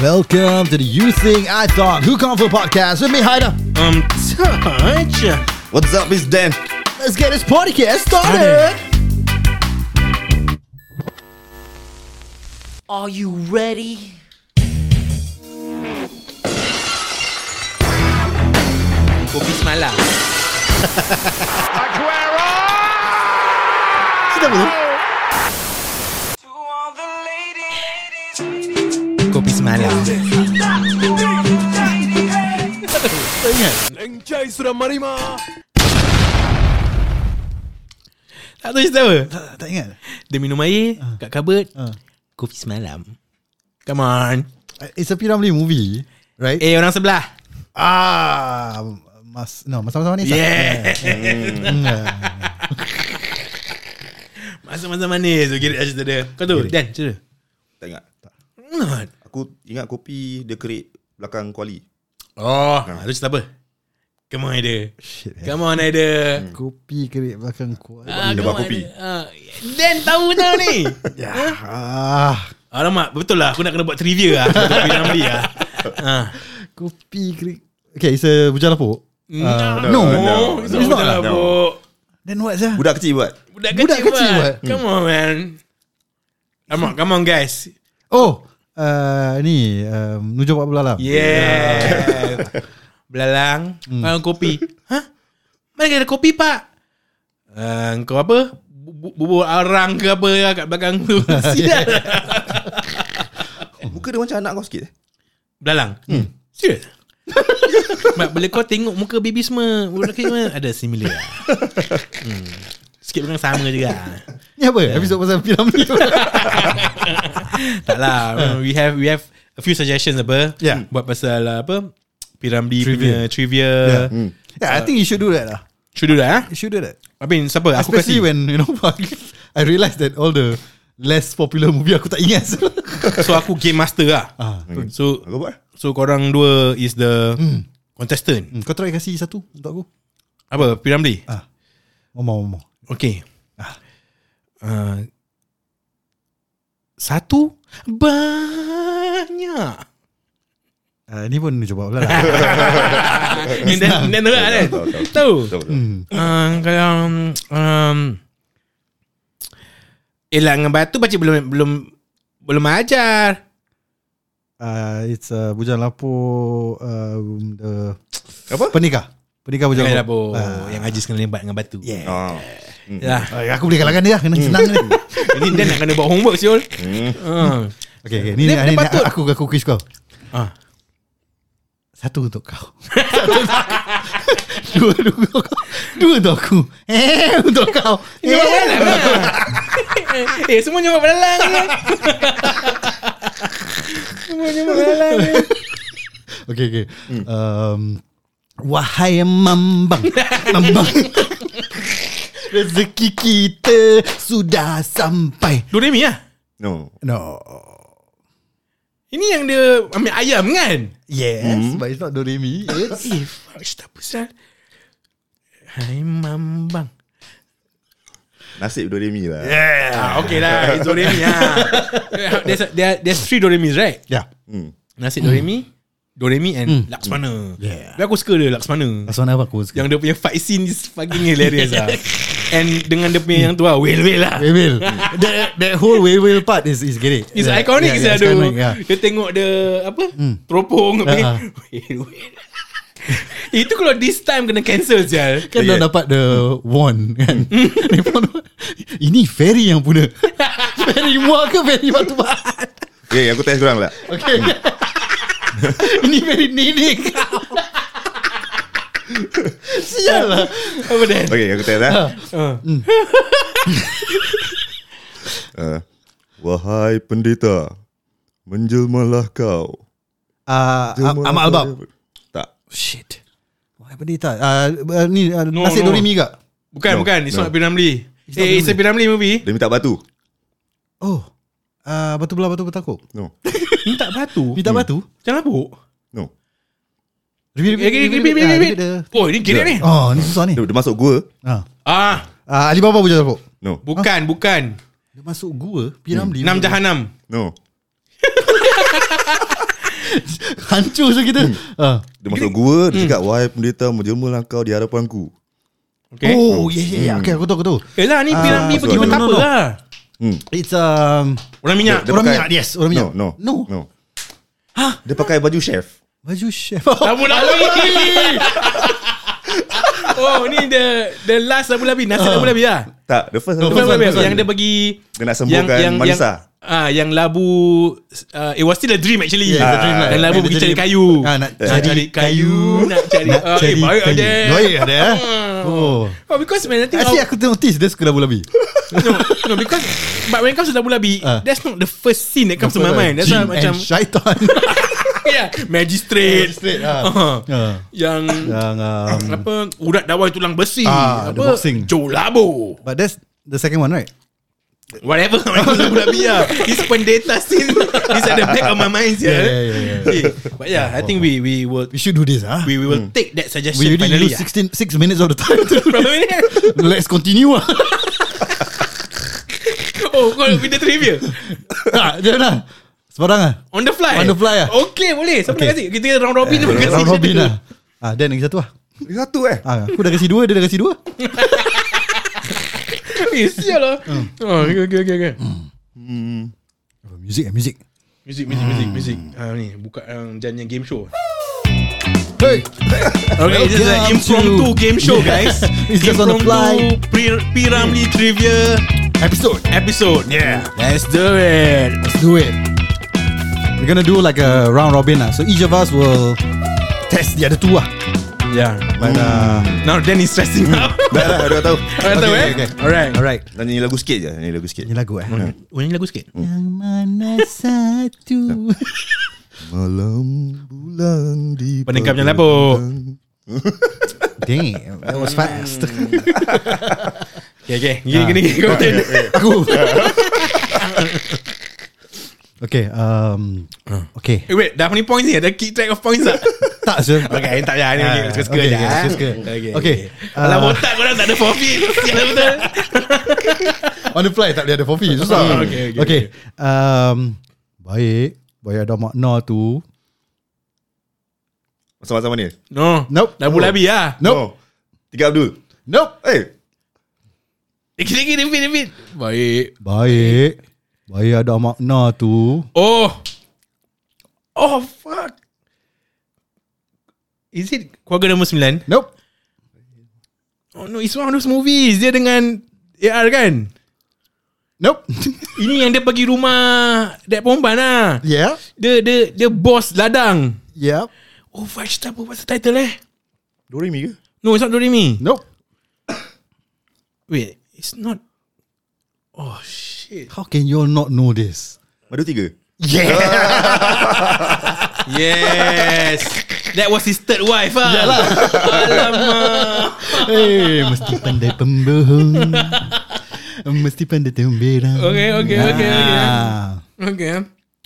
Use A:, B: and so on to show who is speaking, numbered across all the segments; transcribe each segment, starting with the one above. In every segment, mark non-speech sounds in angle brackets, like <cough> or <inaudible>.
A: Welcome to the You Think I Thought Who Kung Fu podcast with me, Haida.
B: Um, touch.
C: What's up, it's Dan.
A: Let's get this podcast started.
B: Are you ready? Kopi semalam.
A: Sedap betul?
B: Kopi semalam.
A: Tak ingat.
D: Engcai sudah marima.
B: Tak tahu cerita apa.
A: Tak, tak ingat.
B: Dia minum air kat cupboard.
A: Ah.
B: Kopi semalam. Come on.
A: It's a P. Ramlee movie, right?
B: Eh, orang sebelah.
A: Ah, mas, no, sama-sama ni.
B: <laughs> Yeah.
A: Yeah.
B: Masa-masa manis. So, kira cerita dia. Kau tu, Dan, cerita.
C: Tak ingat.
B: Not.
C: Aku ingat kopi dia kerik belakang kuali.
B: Oh, ha. tu cerita apa? Come on, Aida.
A: Shit, eh.
B: Come on, Aida.
A: Kopi kerik belakang kuat.
B: Ah,
C: Dia
B: come
C: buat
B: on,
C: kopi.
B: Aida. Ah, Dan tahu dah ni.
A: Ah,
B: <laughs> Alamak, betul lah. Aku nak kena buat <laughs> trivia lah. Tapi Ramli lah. Ha.
A: kopi kerik. Okay, it's a bujang lapuk.
B: no,
A: Hmm. Ah, no.
B: It's not betul lah,
C: No.
B: bro.
A: Then what's that?
C: Budak kecil buat.
B: Budak kecil,
A: Budak kecil
B: buat. Hmm.
A: buat.
B: Come on, man. Come on, come on, guys.
A: Oh, uh, ni um, Nuja Pak Belalang.
B: Yeah. Belalang, orang kopi. Hah? Mana ada kopi, Pak? Uh, kau apa? Bu- bu- Bubur arang ke apa lah kat belakang tu. Sial.
C: Muka dia macam anak kau sikit. eh.
B: Belalang. Hmm. Serius? Mat, bila kau tengok muka baby semua, budak kecil semua ada similar. hmm. Sikit belakang sama juga.
A: Ni apa? Episod pasal P. Ramlee.
B: tak lah. we have we have a few suggestions apa.
A: Yeah.
B: Buat pasal uh, apa? Piramli
A: Trivia.
B: punya trivia.
A: <laughs> Yeah. yeah, I think you should do that lah.
B: Should do that.
A: You should do that.
B: Eh? I mean, siapa? Aku
A: Especially
B: kasi.
A: when you know <laughs> I realised that all the less popular movie aku tak ingat.
B: so aku game master lah.
A: <laughs> ah,
B: So
C: Kau buat.
B: so korang dua is the contestant.
A: hmm, kau try kasih satu untuk aku.
B: Apa? Piramli.
A: One more, one more.
B: Okay. Uh, satu banyak.
A: Uh, ni pun dia cuba pula lah.
B: Yang dan dan tu lah kan.
C: Tahu, tahu,
B: Tahu.
C: Betul, betul.
A: <laughs> hmm.
B: Uh, kalau um, Elang dengan batu Pakcik belum Belum belum ajar
A: uh, it's uh, Bujang Lapuk um, the
C: Apa?
A: Penikah. Penikah Bujang
B: Jangan
A: Lapuk.
B: dapur
A: Ah.
B: Yang ajar sekali lebat dengan batu
A: Yeah.
C: Ah.
B: Yalah.
A: Ah, aku boleh kalahkan dia lah. Kena senang <laughs> ni.
B: <laughs> Ini Dan nak kena buat homework Syul
C: Hmm.
B: uh.
A: Okay, okay. Ni, ni,
B: Dia-
A: ni,
B: dia
A: ni
B: patut.
A: aku, aku quiz kau.
B: Ah.
A: Satu untuk kau. <laughs> dua, dua untuk kau. <laughs> Dua untuk aku. Eh, untuk kau.
B: Jawab
A: Eh.
B: belalang lah. <laughs> Eh semua jawab belalang je Semua jawab belalang je
A: Okay, okay.
B: Hmm.
A: Um, wahai
B: <laughs>
A: mambang. mambang. Rezeki kita sudah sampai.
B: Doremi lah
C: No.
A: No.
B: Ini yang dia ambil ayam kan
C: Hmm.
A: Yes, but it's not Doremi. It's
B: Eh fuck tak besar Hai mambang
C: Nasib Doremi lah.
B: Ah, okay lah. It's Doremi <laughs> lah. There's, a, there, there's three Doremis, right?
A: yeah.
C: Hmm.
B: Nasi Doremi, Doremi and
A: Hmm.
B: Laksmana.
A: Yeah.
B: Tapi aku suka dia Laksmana.
A: Aswana apa aku
B: Yang dia punya fight scene is fucking
A: <laughs>
B: hilarious lah. And dengan dia punya yang tu lah, well well lah.
A: Wewil. that, that whole Wewil part is is great.
B: It's
A: Yeah,
B: iconic
A: yeah,
B: yeah,
A: it's
B: yeah,
A: iconic, yeah. Hmm.
B: Dia tengok dia apa? Teropong apa.
A: Ah, ah.
B: Well, well. <laughs> Itu kalau this time kena cancel sial.
A: Kan dah
C: Yeah.
A: dapat the wand
B: <laughs>
A: kan Ni pun, Ini ferry yang puna Ferry muak ke ferry batu bahan
C: Okay, aku test korang lah.
A: Okay Ini ferry nenek kau Sial lah
B: Apa Dan?
C: Okay, aku test lah.
B: Ah.
C: Uh, wahai pendeta, menjelmalah kau.
A: uh,
C: Jelmalah
A: Amat
C: kau
A: Albab
C: dia- Tak.
A: Shit Why pendeta uh, uh, Ni uh,
B: No,
A: Nasi
B: no.
A: Dorimi kak
B: Bukan,
C: No,
B: bukan. It's
C: no.
B: not Piramli.
A: It's not
B: Eh, it's a Piramli movie.
C: Dia minta batu.
A: Oh uh, Batu belah batu petakuk
C: No.
B: Minta batu.
A: <laughs> Minta batu
B: Jangan lapuk.
C: No.
A: Repeat
B: Eh, Repeat, repeat,
A: ah,
B: repeat, repeat.
A: the-
B: Oh, ini kira ni.
A: Oh ni susah ni
C: Dia, dia masuk gua.
A: Ah,
B: Ah,
A: Ah, Alibaba puja tepuk
C: No.
B: bukan, bukan.
A: Dia masuk gua Piramli
B: Enam jahanam.
C: No.
A: <laughs> Hancur so kita Ah.
C: Dia masuk gua Dia cakap Wahai pendeta Menjelmalah kau di hadapanku
B: Okay oh.
A: Oh yeah yeah yeah Okay aku tahu aku tahu
B: Yelah Eh lah, ni piramli
A: Ah,
B: pergi
A: no,
B: buat
A: no,
B: apa
A: no, no.
B: lah
C: hmm.
A: It's um
B: Orang minyak
A: Orang
C: pakai-
A: minyak yes Orang minyak
C: No
A: No
C: No, no. Dia pakai baju chef
A: Baju <laughs> chef
B: Abu Dhabi
A: <laughs>
B: Oh ni the The last Abu Dhabi Nasi
A: Ah.
B: Abu Dhabi lah
C: Tak The first,
A: No,
B: Bukan,
A: first
B: bukan,
A: one,
B: bukan.
A: first
B: Yang dia pergi
C: Dia nak sembuhkan Manisa.
B: Yang, ah, yang labu uh, It was still a dream actually Ah,
A: Yeah, it's a dream lah.
B: Yang labu
A: Dia
B: pergi
A: jadi-
B: cari kayu
A: Ah, nak
B: Nak
A: cari
B: cari kayu
A: kayu.
B: Nak cari
A: Nak
B: Ah, Eh
A: cari
B: baik
A: kayu.
B: ada
A: Baik ada, eh. Oh
B: Oh because when I think
A: Actually
B: of,
A: aku notice Dia suka labu-labi
B: no, no, because But when it comes to Abu Dhabi
A: Ah.
B: That's not the first scene That comes to my mind That's why
A: Jin
B: macam
A: and Syaitan
B: <laughs> yeah, Magistrate
A: Straight ah.
B: Ah.
A: Ah.
B: Yang
A: Yang um,
B: apa urat dawai tulang besi
A: Ah, the
B: apa
A: boxing.
B: jolabo
A: But that's The second one right
B: whatever <laughs> aku tak pernah biar this pendeta scene <laughs> this at the back of my mind yeah,
A: Yeah, yeah, yeah, yeah.
B: but yeah I think we we will
A: We should do this ah.
B: we, we will take that
A: We
B: suggestion
A: already
B: finally
A: use
B: <laughs> ah.
A: 16 6 minutes of the time <laughs> to do this.
B: Probably.
A: Let's continue ah. <laughs>
B: oh kau nak pindah trivia
A: Tak, Jangan lah Sebarang lah
B: on the fly
A: On the fly, ah.
B: okay boleh siapa
A: Okay.
B: nak kasih kita round robin dulu kasih
A: Round
B: macam
A: Robin
B: tu.
A: lah Ah, Dan lagi satu lah
C: Dia Satu eh
A: ah, Aku dah kasi dua Dia dah kasi dua
B: eh sial lah
A: Hmm.
B: oh okay okay okay, okay.
A: Oh, Music eh music
B: music music music
A: Hmm.
B: music ah, ni buka um, jangan game show
A: Hey
B: Okay, this is an
A: Welcome
B: impromptu
A: to-
B: game <laughs>
A: <laughs>
B: show, guys.
A: It's just on the fly.
B: Impromptu Pri- Piramli Trivia
A: Episode
B: episode. Yeah, let's do it.
A: Let's do it We're gonna do like a round robin lah So each of us will Test the other two lah
B: Yeah. Hmm.
A: But uh,
B: Now then is stressing out.
C: Dah dah dah tahu
B: Alright, tahu, eh? Alright.
A: Alright
C: Dan nyanyi lagu sikit je Nyanyi lagu sikit
A: Ini lagu eh
B: Ulangi lagu Mm. sikit.
A: Yang mana <laughs> satu
C: Malam bulan di
B: Peningkap yang lapuk.
A: Damn That was fast
B: Okay, Ah, okay. Gini, gini, gini. Kau macam ni.
A: Aku <laughs> Okay um, Okay
B: Eh, wait, dah punya points ni? Ada keep track of points tak?
A: Tak <laughs> sure
B: <laughs> Okay, tak payah. Ni
A: Ah,
B: okay, suka-suka
A: okay,
B: je.
A: okay,
B: ah.
A: suka-suka.
B: Okay.
A: Okay,
B: Alah,
A: ah.
B: botak korang tak ada <laughs> forfeit. Sial lah, betul.
A: uh, On the fly tak boleh ada forfeit Susah
B: Oh, Okay, okay,
A: okay. Um, Baik Baik ada makna tu
C: Sama-sama ni
B: No.
A: Nope.
B: Dah pula habis lah.
A: Nope.
C: No. Tiga Abdul
A: Nope
C: Eh
B: Eh, Gini, gini, repeat, repeat. Baik.
A: Baik Baik ada makna tu
B: Oh. Oh fuck. Is it Keluarga Nombor 9?
A: Nope
B: Oh no, it's one of those movies. Dia dengan AR kan?
A: <laughs> Nope
B: Ini yang dia pergi rumah that perempuan lah.
A: Yeah
B: Dia dia dia bos ladang.
A: Yeah
B: Oh fuck, shit, apa what's the title eh?
C: Doremi ke?
B: No, it's not Doremi.
A: Nope
B: Wait, it's not Oh shit.
A: How can you all not know this
C: Madu tiga
A: Yeah
B: Yes. That was his third wife ah. Yalah. Alamak.
A: Eh, <laughs> mesti pandai pembohong. mesti pandai Ya. tembirang.
B: Okay, okay, okay, okay.
A: Ah.
B: Okay.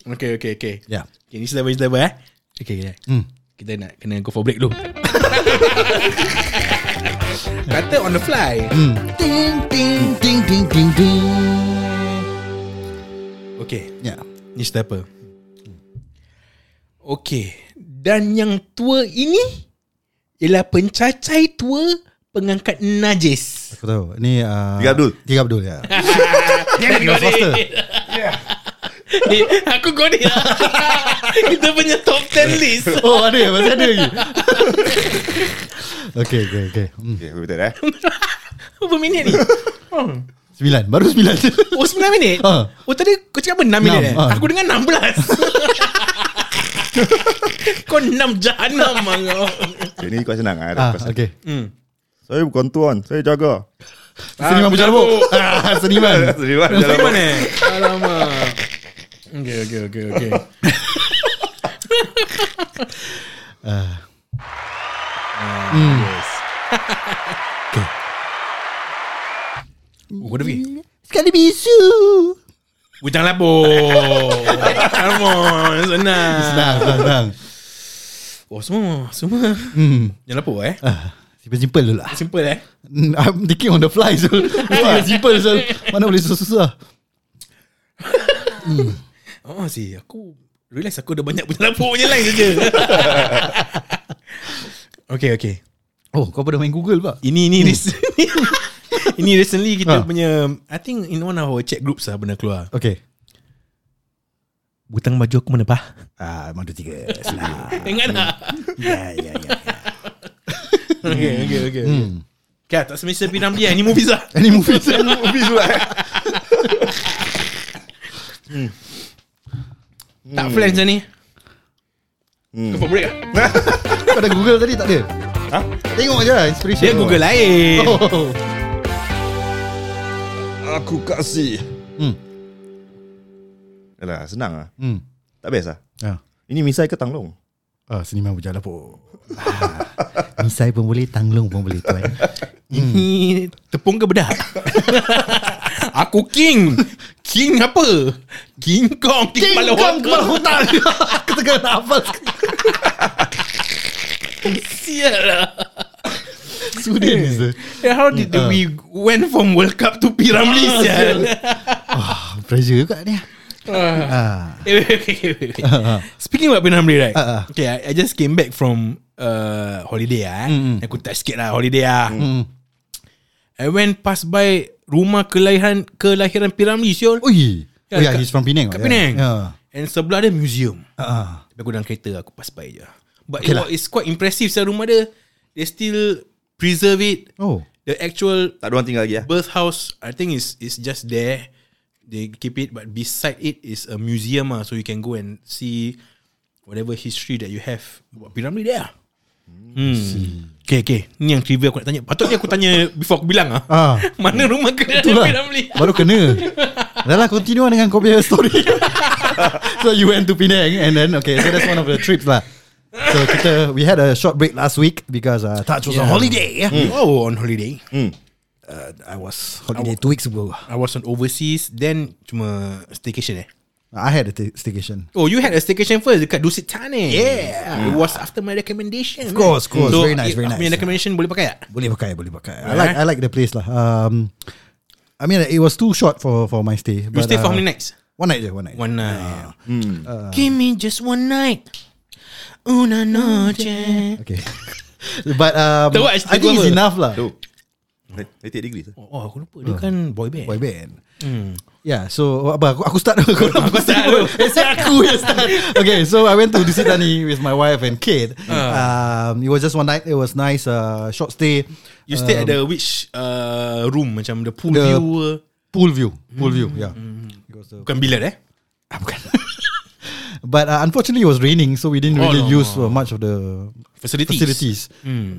B: Okay, okay, okay.
A: Yeah.
B: Okay, ni selebar, ni selebar eh. Okay, okay.
A: Hmm.
B: Kita nak kena go for break <laughs> dulu. Kata on the fly.
A: Hmm. Ding ding ding ding ding ding.
B: Okay,
A: Yeah.
B: ni selebar. Okay, dan yang tua ini ialah pencacai tua pengangkat najis.
A: Aku tahu. Ni uh,
C: Tiga Abdul.
A: Tiga Abdul ya.
B: Dia
A: Dia faster.
B: Aku got it lah. <laughs> Kita punya top 10 list.
A: <laughs>
B: <laughs>
A: Oh, ada masih ada lagi. <laughs> okay, okay, okay. Hmm.
C: Okay betul eh
B: Berapa minit ni? Oh.
A: Sembilan. Baru sembilan. <laughs>
B: Oh 9 minit?
A: Ha.
B: Oh tadi kau cakap apa 6 minit eh?
A: Enam, ha.
B: Aku dengar 16 <laughs> Kau 6 jahanam bang kau
C: Okay ni kau senang lah
A: ah, okay.
C: Saya bukan tuan Saya jaga
A: Seniman
B: macam
A: pucat
B: apa?
A: rambut. Ah, <laughs>
C: <laughs>
A: seniman.
C: Seriwan
B: Dari mana? Eh. Alamak Okay okay okay <laughs> okay Hmm. Oh kau dah pergi?
A: Sekali bisu.
B: Oh jangan lapor Come on Senang
A: Senang, senang, senang.
B: Oh semua Semua
A: Hmm.
B: Jangan lapor eh
A: Ah, simple-simple dulu lah. <laughs>
B: Simple eh
A: Mm, I'm thinking on the fly so <laughs> Mesti simple so Mana boleh susah-susah
B: Oh Ah, si Aku Realize aku ada banyak punya lampu punya lain saja <laughs> Okay okay
A: Oh
B: Hmm.
A: kau pada main Google pak
B: Ini ini recent <laughs> Ini recently kita
A: Ha.
B: punya I think in one of our chat groups lah benda keluar
A: Okay
B: Butang baju aku mana pah?
A: Ah, madu <laughs> tiga Senang
B: Ingat tak?
A: Ya ya ya
B: <laughs> Okay okay okay Kak tak semestinya P. Ramlee Ini movie lah
A: Any movies
C: Habis pula eh.
B: Tak flange macam ni
C: Hmm.
B: Kau break lah
A: Kau ada Google tadi tak ada
C: Ha?
A: Tengok je lah inspiration
B: Dia google lain
A: Oh.
C: Aku kasih
A: Hmm.
C: Yalah senang lah
A: Hmm.
C: Tak best lah
A: Ah.
C: Ini misai ke tanglong
A: Ah, seniman berjalan pun. Ah, misai pun boleh, tanglung pun boleh tuan.
B: Hmm. Ini tepung ke bedak? <laughs> Aku king. King apa? King Kong. King, kepala
A: Kong
B: Hong
A: kepala
B: Kong.
A: hutan. Aku tengah nak hafal.
B: <laughs> Sial lah.
A: Sudan is the
B: Eh, How did
A: Hmm.
B: we went from World Cup to P. Ramlee sial?
A: ah, pressure juga ni.
B: Ah.
A: Ah.
B: <laughs> Eh, wait, wait, wait, wait.
A: Ah, ah.
B: Speaking about P. Ramlee right?
A: Ah, ah.
B: Okay, I, I just came back from uh, holiday ah.
A: Mm, mm.
B: Eh. Aku touch sikit lah holiday ah.
A: Hmm.
B: I went pass by rumah kelahiran kelahiran P. Ramlee sial.
A: Ui. Oh yeah,
B: kat-
A: he's from Penang. Ya.
B: kat
A: yeah.
B: Penang.
A: Yeah.
B: And sebelah dia museum.
A: Ah.
B: Tapi aku dalam kereta Aku pass by je But
A: Okay
B: okay it,
A: lah.
B: lah. it's quite impressive Saya rumah dia They still Preserve it
A: Oh.
B: The actual
C: Tak ada orang tinggal lagi lah
B: Birth house I think is is just there They keep it But beside it Is a museum ah, So you can go and see Whatever history that you have Buat piramid dia Hmm. Okay, okay. Ni yang trivia aku nak tanya. Patutnya aku tanya before aku bilang ah.
A: Ah.
B: <laughs>
A: lah.
B: Mana rumah kedai
A: Itulah.
B: Piramli?
A: Baru <laughs> kena. Dah lah, continue dengan kau punya story. <laughs> so you went to Penang and then okay, so that's one of the trips lah. So kita we had a short break last week because uh, Taj was on
B: Yeah.
A: holiday. Yeah.
B: Oh, on holiday. Uh,
A: I was holiday two weeks ago.
B: I was on overseas. Then cuma staycation eh.
A: I had a t- staycation.
B: Oh, you had a staycation first dekat Dusit Tan eh? Yeah. It was after my recommendation.
A: Of course, of course.
B: So,
A: Very nice,
B: it-
A: very
B: aku punya
A: nice.
B: recommendation boleh pakai tak?
A: Boleh pakai, boleh pakai. I
B: Alright.
A: like I like the place lah. Um, I mean it was too short for for my stay.
B: You
A: but,
B: stay
A: uh,
B: for how many nights? Ah. Uh.
A: One night je, one night.
B: One night. Hmm. Give me just one night. Una noche.
A: Okay. <laughs> but um,
B: Tahu tak
A: I
B: cerita
A: think
B: gua
A: it's
B: apa?
A: enough lah.
C: Tu 90 degrees lah
B: Oh, aku lupa. Dia kan boy band.
A: Boy band. Yeah, so apa aku aku start
B: <laughs>
A: aku, <laughs> aku
B: Hmm. start dulu.
A: Eh, saya aku yang start. Okay, so I went to Disitani with my wife and kid. Um, it was just one night. It was nice. Uh, short stay.
B: Ah. You stay at the which uh, room? Macam Um, the pool
A: The-
B: view. uh,
A: pool view. Pool view. Yeah. Mm-hmm. Because, uh,
B: Bukan billiard eh?
A: Ah, bukan. <laughs> But uh, unfortunately, it was raining, so we didn't
B: Oh,
A: really
B: no,
A: use uh, much of the
B: Facilities. Hmm.
A: facilities.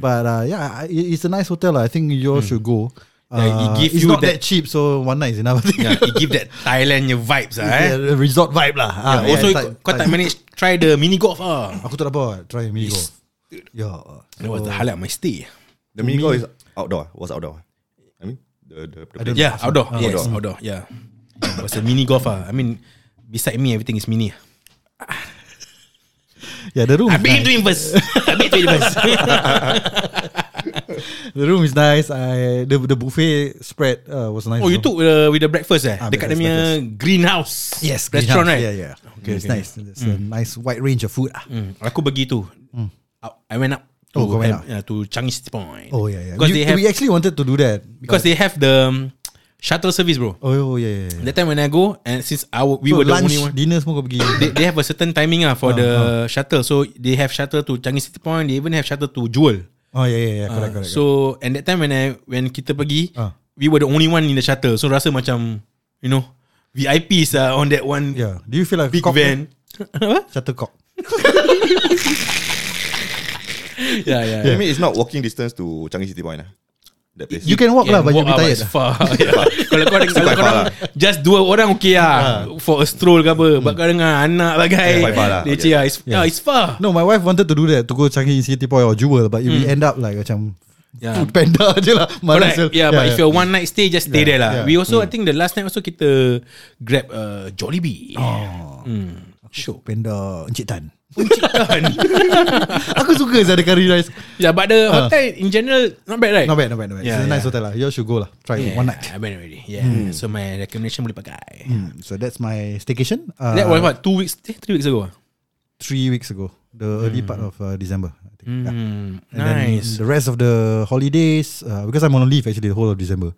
A: But uh, yeah, I- it- it's a nice hotel. lah. I think you all should go.
B: Yeah, it
A: Uh,
B: give
A: it's
B: you
A: not that,
B: that-
A: cheap, so one night is enough. I think.
B: Yeah, it give that Thailand punya vibes lah eh.
A: <laughs> Yeah, resort vibe lah. Ah,
B: Yeah, also,
A: Thai-
B: kau
A: Thai-
B: tak manage try the mini golf ah.
A: Aku tak dapat Try me go Ya, Yeah
B: That was the highlight of my stay.
C: The mini golf is outdoor Was outdoor I mean The, the, the
A: don't-
B: Yeah, outdoor.
A: Ah,
B: yes,
C: outdoor.
B: outdoor. Yeah. It was a mini golf ah. I mean, beside me everything is mini.
A: Yeah ya, the room
B: I
A: is
B: been
A: nice.
B: doing first. I been doing first.
A: The room is nice I, the, the buffet spread uh, Was nice
B: <laughs> Oh, you
A: also.
B: took uh, with the breakfast eh?
A: Ah,
B: Dekat dia
A: breakfast,
B: punya greenhouse.
A: Yes
B: Restaurant
A: greenhouse.
B: right?
A: Yeah yeah
B: Okay,
A: It's
B: okay. Mm.
A: nice It's a nice wide range of food ah.
B: Hmm. Aku pergi tu. Out- I went up. To,
A: Hmm. Oh, kau went up.
B: uh, to Changi City Point.
A: Oh yeah yeah
B: Because
A: You-
B: they have
A: We actually wanted to do that
B: because they have the um, shuttle service, bro.
A: Oh oh, yeah yeah, yeah.
B: That time when I go and since our we
A: So
B: were the
A: lunch,
B: only one.
A: Dinner semua kau pergi
B: They, they have a certain timing ah for the shuttle. So they have shuttle to Changi City Point. They even have shuttle to Jewel.
A: Oh yeah yeah yeah Correct
B: Ah,
A: correct
B: so and that time when I when kita pergi,
A: Ah.
B: we were the only one in the shuttle. So rasa macam you know VIPs are lah on that one
A: correct. Yeah Do you feel like
B: big
A: cock <laughs>
B: van.
A: ni? Shuttlecock
B: yeah, yeah.
C: I mean it's not walking distance To Changi City Point lah That place
A: You can walk lah But you'll be
B: walk
A: tired
B: out, it's far. Yeah. Kalau kau
C: Still quite
B: kalau kau
C: far
B: orang just dua orang okay lah for a stroll ke apa. But kau dengan anak bagai.
C: Yeah, quite far lah.
B: Dia
C: Okay.
B: cia it's yeah, it's far.
A: No my wife wanted to do that To go Changi City Point Or Jewel But we end up like Macam
B: Yeah.
A: Food panda <laughs> je lah Mana
B: Hmm. Correct. Yeah, yeah, but if you're one night stay, just stay
A: Yeah,
B: there lah.
A: yeah. Mm.
B: We also, I think the last night also kita grab uh, Jollibee. Oh. Hmm. Show.
A: Panda Encik Tan
B: Pencitan.
A: <laughs> Aku suka Zada curry rice
B: yeah, but the hotel in general not bad, right?
A: Uh. Not bad, not bad, not bad. Yeah, It's
B: Yeah,
A: a nice
B: yeah.
A: hotel lah. You all should go lah. Try
B: Yeah,
A: it one night. Hmm.
B: I went already. Yeah. So my recommendation boleh pakai.
A: Mm, So that's my staycation. Uh,
B: That was what two weeks, eh, three weeks ago. ah?
A: three weeks ago, the early part of uh, December. I think. Yeah.
B: Mm,
A: And then uh.
B: Hmm. nice.
A: the rest of the holidays, uh, because I'm on leave actually the whole of December.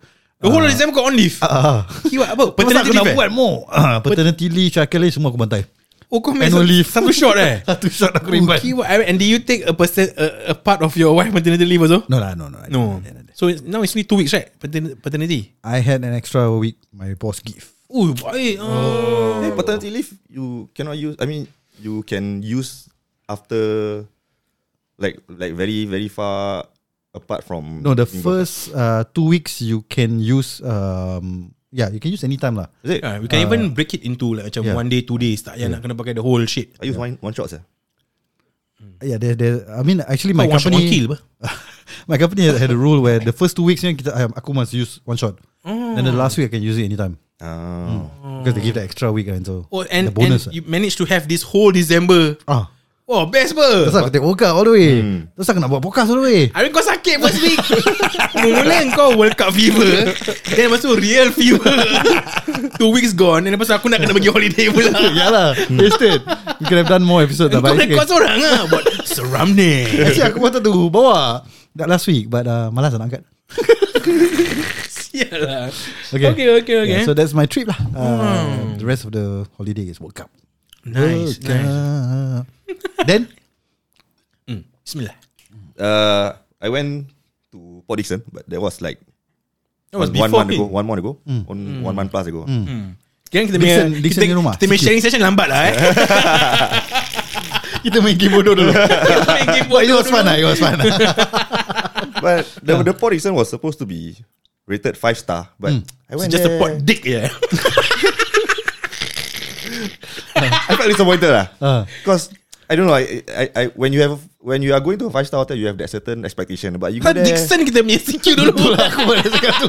B: The whole of December kau on leave.
A: Ah,
B: Kiwa apa?
A: Pasal
B: Paternity
A: aku nak
B: leave eh?
A: buat more. <coughs> Ah, paternity leave, childcare leave semua aku bantai.
B: Oh kau main
A: Annual
B: satu-
A: leave.
B: Satu shot eh?
A: <laughs> Satu shot aku
B: Oh,
A: rimbat.
B: Kiwa. I mean, And do you take a, percent, a, a part of your wife maternity leave also?
A: No lah, no, no. I didn't,
B: No.
A: I didn't, I didn't.
B: So it's, now it's only two weeks right? Patern- Paternity.
A: I had an extra week my boss give.
B: Ooh, baik. Oh.
C: Hey, paternity leave you cannot use. I mean, you can use after like like very very far apart from.
A: No, the
C: being
A: first uh, two weeks you can use. Um, yeah, you can use anytime lah.
C: baptized. Is it?
B: Yeah, Ah, we can even break it into like macam
A: yeah.
B: one day, two days. Tak payah nak kena pakai the whole shit.
C: I use one one shots. Eh?
A: Yeah, there, there. I mean, actually, my
B: Kau lah. one shot
A: <laughs>
B: one
A: company,
B: kill apa?
A: my company had had a rule where the first two weeks, ni kita, um, aku must use one shot,
B: Hmm.
A: and the last week I can use it anytime
C: Ah.
A: because they give the extra week and so
B: Oh, and,
A: the bonus. lah.
B: and you managed to have this whole December.
A: ah,
B: Oh, best apa?
A: terus aku take workout all the way. Terus aku nak buat podcast all the
B: <laughs>
A: way.
B: I mean kau sakit
A: <laughs>
B: first week Mula-mula kau World Cup fever Then lepas tu real
A: <laughs>
B: fever Two weeks gone Then lepas tu aku nak kena pergi
A: <laughs>
B: holiday pula
A: Yalah, wasted. We could have done more episodes. lah,
B: Ya lah, Kau
A: but it's
B: record
A: okay.
B: seorang lah Buat seram ni
A: <laughs> Actually, aku wanted to bawa that last week, but uh, malas nak angkat.
B: Sial lah
A: Okay.
B: Okay okay okay
A: Yeah, so that's my trip lah. Uh, The rest of the holiday is World Cup. World
B: Nice
A: Cup. Then
B: Mm, Bismillah
C: Uh, I went to Port Dixon, but that was like
B: That was
C: one
B: before Hmm.
C: month ago. One month ago. One, one month plus ago.
B: Kan
A: Dixon-
B: kita punya-
A: Dixon
B: kita,
A: di rumah,
B: Kita punya
A: sikit.
B: sharing session lambat lah
A: <laughs>
B: eh
A: <laughs>
B: <laughs>
A: kita main game bodoh dulu.
B: Kita main game
A: But <laughs> it
B: bodoh
A: was fun lah. It was fun.
B: <laughs>
C: But the, the Port Dixon was supposed to be rated five star, but I
B: So
C: went
B: Hmm. Just a
C: there.
B: pot dick je
C: <laughs> I felt disappointed
A: Ah.
C: lah. Because I don't know. I, I, I when you have when you are going to a five star hotel, you have that certain expectation. But you go <laughs>
B: Kau
C: there,
B: Dixon kita punya CQ <laughs> dulu
A: <laughs> Aku boleh cakap tu.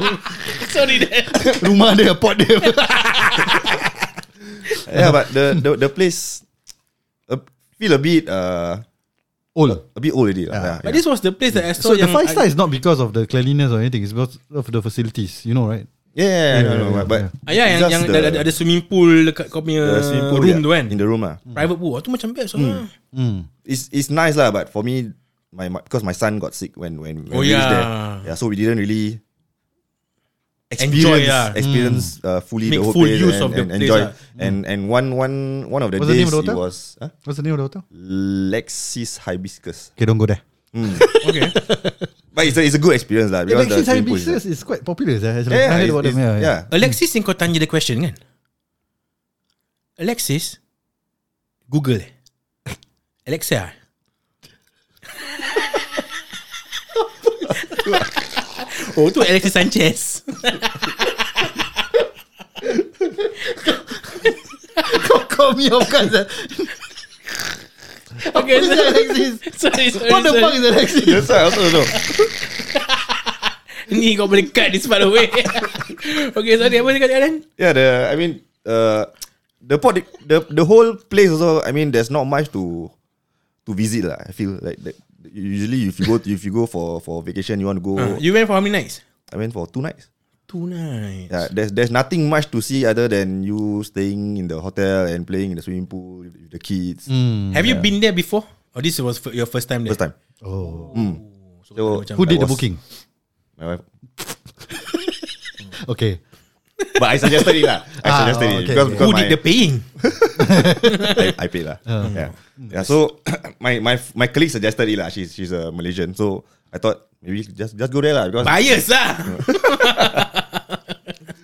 B: Sorry deh
A: <laughs> Rumah dia, pot <laughs> dia.
C: yeah. But the the, the place uh, feel a bit uh
A: Old.
C: a bit old already. lah. Yeah.
B: But this was the place that I
A: Oh, So
B: saw
A: the
B: yang
A: five star is not because of the cleanliness or anything. It's because of the facilities. You know, right?
C: yeah, yeah, yeah, I know, I know,
A: yeah,
C: But
A: yeah.
B: Ah, ya, yang,
C: just
B: yang
C: the-
B: ada, ada- ada swimming pool dekat kau punya
C: the swimming pool
B: room
C: yeah,
B: tu kan.
C: in the room ah.
B: Private pool. Oh, tu macam best lah.
A: Mm.
C: It's it's nice lah. But for me, my, my because my son got sick when when, when
B: Oh,
C: we reached
B: yeah.
C: there. Yeah, so we didn't really.
B: Enjoy
C: Experience,
A: Hmm.
B: lah.
C: experience uh, fully the
B: Make
C: whole
B: full
C: place
B: use
C: and,
B: of the
C: and
B: place
C: enjoy.
B: lah.
C: And and one one one of the
A: What's the
C: days
A: name of the
C: it
A: hotel?
C: was huh?
A: What's the name of the hotel?
C: Lexis Hibiscus.
A: Okay, don't go there.
B: Okay.
C: But it's a, it's a good experience lah.
A: Yeah,
C: because
A: actually,
C: the
A: Thai
C: swimming pool is
A: business is quite popular. Yeah, I
C: there. Yeah,
A: heard
C: it's-
A: about them.
C: it's-
A: Yeah, yeah.
C: yeah.
A: <laughs>
B: Alexis yang kau tanya the question kan? Alexis? Google eh? Alexa? <laughs> oh, tu Alexis Sanchez.
A: Oh, Call me off <laughs> guard. sir.
B: Okay,
A: What is Alexis?
B: Sorry, sorry,
A: What the
B: sorry.
A: fuck is Alexis?
C: That's why I also don't know.
B: Ni kau boleh cut this part
A: <laughs>
B: away. okay, sorry. Apa cakap Alan?
C: Yeah, the I mean uh, the port the the whole place also. I mean, there's not much to to visit lah. I feel like that. usually if you go if you go for for vacation, you want to go.
B: Uh, you went for how many nights?
C: I mean, for two nights.
B: Two nights.
C: Yeah, there's there's nothing much to see other than you staying in the hotel and playing in the swimming pool with the kids.
B: Have you been there before? Or this was f- your first time there?
C: First time.
A: <laughs> Oh.
B: So,
C: So-
B: macam
A: Who
C: That
A: did the
C: was-
A: booking?
C: My wife
A: Okay.
C: But I suggested it lah. <laughs> I
A: Ah,
C: suggested
A: okay,
C: it because,
A: okay.
C: because
B: who
C: my,
B: did the Uh. paying?
C: <laughs> I, I
B: <laughs>
C: paid lah. Yeah, yeah. So <coughs> my my my colleague suggested it lah. She's she's a Malaysian, so I thought maybe just just go there lah because
B: Bias lah.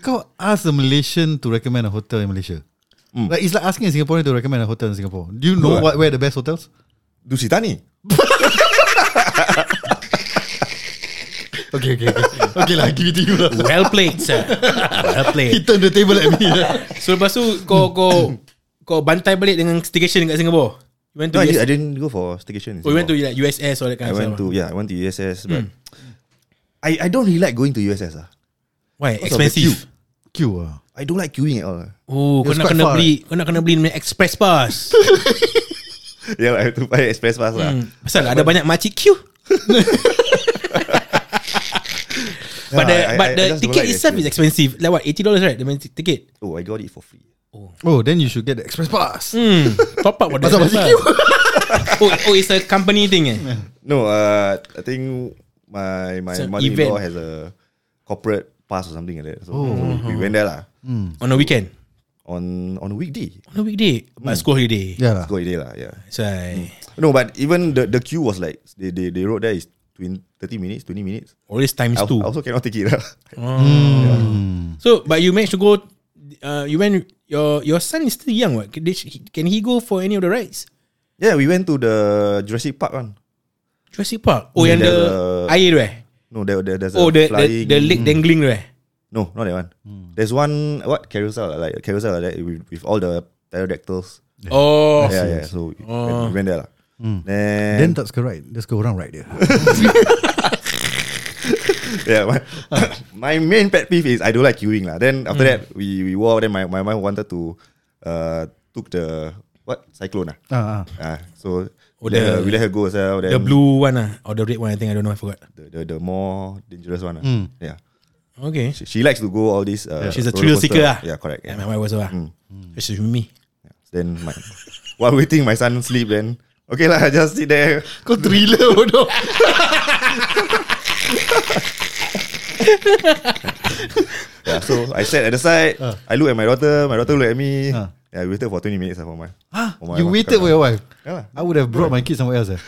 A: Kau ask a Malaysian to recommend a hotel in Malaysia. Like it's like asking a Singaporean to recommend a hotel in Singapore. Do you know
C: Good.
A: what, where the best hotels?
C: Dusitani.
A: Okay, okay, okay. okay lah, give it to you lah.
B: well played, sir. Well
A: He
B: played.
A: turned the table at me.
B: <laughs> So lepas tu kau kau kau bantai balik dengan staycation dekat Singapore. You went to
C: No, I,
B: US,
C: did, I didn't go for staycation. in
B: E oh, you went to
C: Singapore.
B: like USS or that kind
C: I
B: of
C: went
B: stuff.
C: to yeah, I went to USS, but
B: Hmm.
C: I I don't really like going to USS ah.
B: Why?
C: Because of the
B: Expensive.
A: Q ah.
C: I don't like queuing at all. ah. <laughs>
B: Oh, kau
A: It's
B: nak
A: quite
B: kena
A: far,
B: beli, kau nak kena beli dengan express
A: <laughs>
B: pass.
C: Yeah, I have to buy express pass lah.
A: Hmm.
B: Pasal ada banyak makcik queue. but the
C: I- I-
B: but
C: I
B: the
C: just don't
B: ticket
C: like the
B: itself is
C: queue.
B: expensive. Like what? $80 right? The main ticket.
C: Oh, I got it for free.
A: Oh, then you should get the express pass.
B: Hmm. Top up what
A: Pasal
B: that's
A: basi
B: lah. oh, oh, it's a company thing eh.
C: No, uh, I think my my
B: It's an
C: mother-in-law
B: event. Oh,
C: has a corporate pass or something like that. So
B: uh-huh.
C: we, we went there lah
B: On a weekend.
C: on on a weekday.
B: On a weekday. But school holiday.
A: Yeah lah.
C: Go there lah, yeah.
B: It's like,
C: No, but even the the queue was like they they, they wrote there is 20, 30 minutes, twenty minutes.
B: always times
C: I, al-
B: two.
C: I also cannot take it lah. <laughs>
B: So, but you managed to go. Uh, you went. Your your son is still young. What can, did she- can he go for any of the rides?
C: yeah, we went to the Jurassic Park one.
B: Jurassic Park. Oh, yang the
C: There's a-
B: air tu eh.
C: No, there, there there's a
B: Oh, the the,
C: flying.
B: the Hmm. leg dangling tu eh.
C: No, not that one. There's one what carousel like a carousel like that with, with all the pterodactyls.
B: Oh, Hmm.
C: yeah, yeah. So we went- we went there lah.
A: Then
C: Then,
A: that's correct. Let's go around right there.
C: yeah, my, <laughs> my main pet peeve is I don't like queuing lah. Then after
B: Hmm.
C: that we we walk. Then my my mom wanted to uh took the what cyclone ah.
A: ah, ah.
C: Ah, so
B: Oh,
C: let
B: the-
C: her, we let her go herself. Then
B: the blue one ah, or the red one? I think I don't know. I forgot.
C: the, the, the more dangerous one. ah. Yeah,
B: Okay.
C: she, she likes to go all these. Uh,
B: Hmm. She's
C: roller
B: a thrill
C: coaster.
B: seeker ah.
C: Yeah, correct. Yeah.
B: Yeah, my wife also ah. She's with me.
C: Then my, while waiting, my son sleep. Then okay lah, <laughs> just sit there.
A: Kau thriller bodoh.
C: Yeah, so I sat at the side. I look at my daughter. My daughter look at me.
A: Ah.
C: Yeah, I waited for 20 minutes ah, for my.
A: <laughs> Ah,
C: for my
A: you
C: wife to
A: waited
C: come
A: for
C: <laughs>
A: your wife.
C: Yeah lah.
A: I would have brought my kids somewhere else. Eh.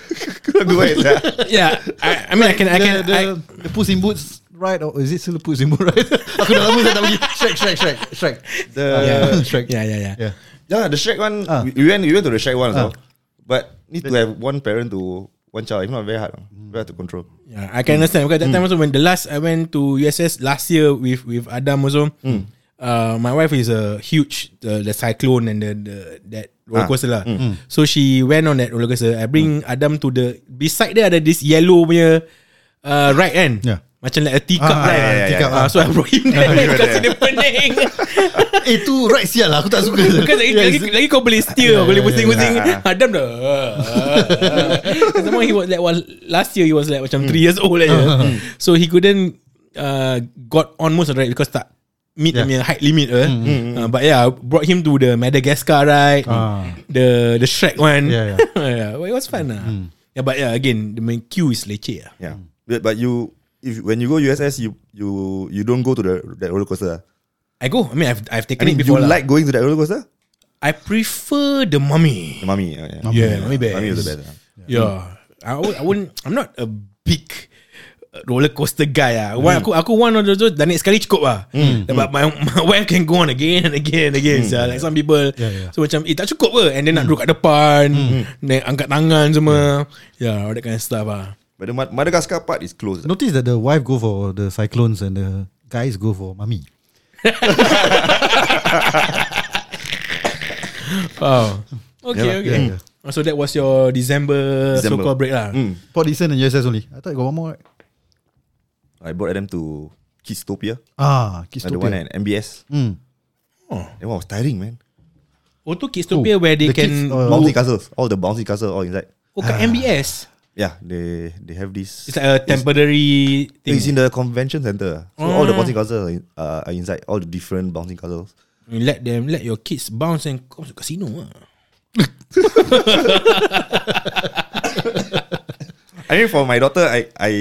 C: Couldn't do
A: <laughs>
C: it. sia.
B: Yeah, I, I mean I can I
A: the,
B: can
A: the,
B: I,
A: the Puss in Boots ride or is it still Puss in Boots ride? Aku dah lama saya tak pergi. Shrek, Shrek, Shrek, Shrek.
C: The
B: yeah,
A: Shrek.
B: yeah, yeah, yeah.
A: Yeah.
C: yeah, the Shrek one.
A: Ah.
C: We, we went we went to the Shrek one
A: Ah.
C: also. But need to have one parent to one child. If not, very hard. ah.
A: Hmm.
C: Very hard to control.
B: Yeah, I can understand because that time also when the last I went to USS last year with with Adam also,
A: Hmm.
B: uh, my wife is a huge the, the cyclone and the, the that
C: Ah,
B: roller coaster lah.
A: Hmm.
B: So she went on that roller coaster. I bring Adam to the beside there ada this yellow punya uh, ride kan.
A: Yeah.
B: Macam like a teacup
A: Ah,
B: right?
C: yeah, yeah,
A: teacup,
B: Ah,
A: <laughs> ah.
B: so I brought him there
C: you were
B: Because
C: there.
B: dia
A: <laughs>
B: pening
A: Eh, tu ride sial lah. Aku tak <laughs> suka.
B: <laughs> Because lagi, lagi,
A: Yes.
B: lagi kau boleh steer
A: Yeah,
B: Kau boleh
A: yeah,
B: pusing-pusing Ah,
C: yeah.
B: Adam dah <laughs> Some more he was like well, Last year he was like Macam 3 years old aja.
A: Hmm.
B: So he couldn't uh, Got on most of the ride Because tak
A: Yeah. Hmm.
B: Meet the punya height limit eh. Uh, But yeah Brought him to the Madagascar ride
A: Ah.
B: The the Shrek one
A: Yeah, Hmm. yeah.
B: <laughs> Yeah, well, It was fun lah Yeah but yeah again The main queue is leceh lah
C: Yeah. But, but you if when you go USS, you you you don't go to the that roller coaster. ah.
B: I go I mean I've, I've
C: I
B: taken
C: mean,
B: it
C: you
B: before lah
C: like going to that roller coaster?
B: I prefer the mummy
C: The mummy. Yeah, yeah.
B: Yeah, mummy bears.
C: Mummy is the best. ah.
B: Yeah, I, would, I wouldn't. I'm not a big uh, roller coaster guy. Ah,
A: Hmm.
B: one, aku aku one of those those dah naik sekali cukup ah. But my, my wife can go on again and again and again. So, like some
A: Hmm.
B: people,
A: Yeah, Hmm. yeah.
B: so macam eh tak cukup ke? And then nak duduk kat depan, naik angkat tangan semua.
A: Hmm.
B: Yeah, all that kind of stuff ah.
C: But the Mad- Madagascar part is closed. ah.
A: Notice that the wife go for the cyclones and the guys go for mummy.
B: Wow. Okay,
C: Yeah lah,
B: okay.
A: yeah, Hmm.
B: So that was your December,
C: December.
B: so-called break lah.
C: Mm.
A: Port Eastern and USS only. I thought you got one more. Right?
C: I brought them to Kidstopia.
A: Ah,
C: The one
A: Kidstopia.
C: eh? at MBS.
A: Mm.
C: That one was tiring, man.
B: Oh, tu
A: Oh,
B: Kidstopia
A: ah.
B: where they
A: the kids,
B: can
A: uh,
B: do,
C: Bouncy castles. All the bouncy castle all inside.
B: oh, kat MBS.
C: Yeah, they they have this.
B: It's like a temporary thing.
C: It's in the convention center. So all the bouncing castles are, in, uh, are inside. All the different bouncing castles.
B: You let them let your kids bounce and go to casino. ah.
C: I mean, for my daughter, I I